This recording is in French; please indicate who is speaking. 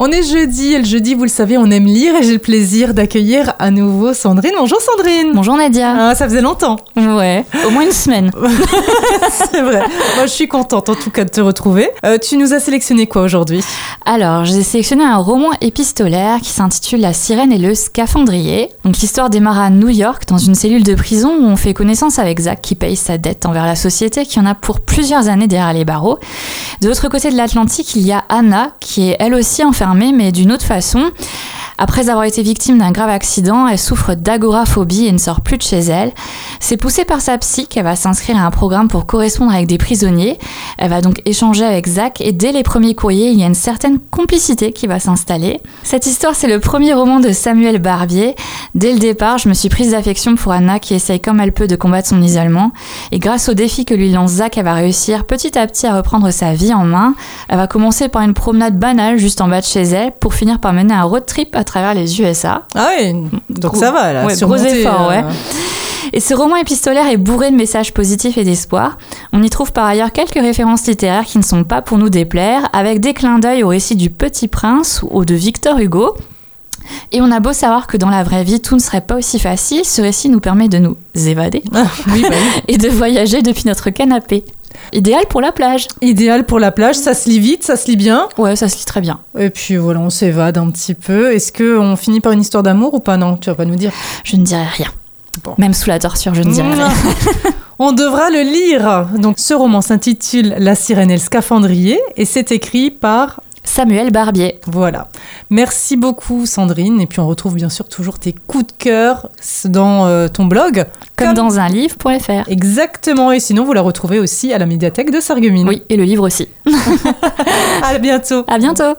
Speaker 1: On est jeudi et le jeudi, vous le savez, on aime lire et j'ai le plaisir d'accueillir à nouveau Sandrine. Bonjour Sandrine
Speaker 2: Bonjour Nadia.
Speaker 1: Ah, ça faisait longtemps,
Speaker 2: Ouais, au moins une semaine.
Speaker 1: c'est vrai. Moi, je suis contente en tout cas de te retrouver. Euh, tu nous as sélectionné quoi aujourd'hui
Speaker 2: Alors, j'ai sélectionné un roman épistolaire qui s'intitule La sirène et le scaphandrier. Donc, l'histoire démarre à New York, dans une cellule de prison où on fait connaissance avec Zach qui paye sa dette envers la société, qui en a pour plusieurs années derrière les barreaux. De l'autre côté de l'Atlantique, il y a Anna qui est elle aussi enfermée, mais d'une autre façon. Après avoir été victime d'un grave accident, elle souffre d'agoraphobie et ne sort plus de chez elle. C'est poussée par sa psy qu'elle va s'inscrire à un programme pour correspondre avec des prisonniers. Elle va donc échanger avec Zach et dès les premiers courriers, il y a une certaine complicité qui va s'installer. Cette histoire, c'est le premier roman de Samuel Barbier. Dès le départ, je me suis prise d'affection pour Anna qui essaye comme elle peut de combattre son isolement. Et grâce au défi que lui lance Zach, elle va réussir petit à petit à reprendre sa vie en main. Elle va commencer par une promenade banale juste en bas de chez elle pour finir par mener un road trip à travers les USA.
Speaker 1: Ah oui, donc
Speaker 2: Gros-
Speaker 1: ça va là.
Speaker 2: ouais, gros
Speaker 1: surmonter, euh,
Speaker 2: effort, ouais. Et ce roman épistolaire est bourré de messages positifs et d'espoir. On y trouve par ailleurs quelques références littéraires qui ne sont pas pour nous déplaire, avec des clins d'œil au récit du Petit Prince ou de Victor Hugo. Et on a beau savoir que dans la vraie vie, tout ne serait pas aussi facile, ce récit nous permet de nous évader
Speaker 1: Oui, bah oui.
Speaker 2: et de voyager depuis notre canapé. Idéal pour la plage.
Speaker 1: Idéal pour la plage, ça se lit vite, ça se lit bien.
Speaker 2: Ouais, ça se lit très bien.
Speaker 1: Et puis voilà, on s'évade un petit peu. Est-ce qu'on finit par une histoire d'amour ou pas Non, tu vas pas nous dire.
Speaker 2: Je ne dirai rien.
Speaker 1: Bon.
Speaker 2: Même sous la torture, je ne dirai rien.
Speaker 1: On devra le lire. Donc, ce roman s'intitule La sirène et le scaphandrier et c'est écrit par.
Speaker 2: Samuel Barbier.
Speaker 1: Voilà. Merci beaucoup, Sandrine. Et puis, on retrouve bien sûr toujours tes coups de cœur dans euh, ton blog.
Speaker 2: Comme, dans un livre.fr.
Speaker 1: Exactement. Et sinon, vous la retrouvez aussi à la médiathèque de Sarreguemines.
Speaker 2: Oui, et le livre aussi.
Speaker 1: À bientôt.
Speaker 2: À bientôt.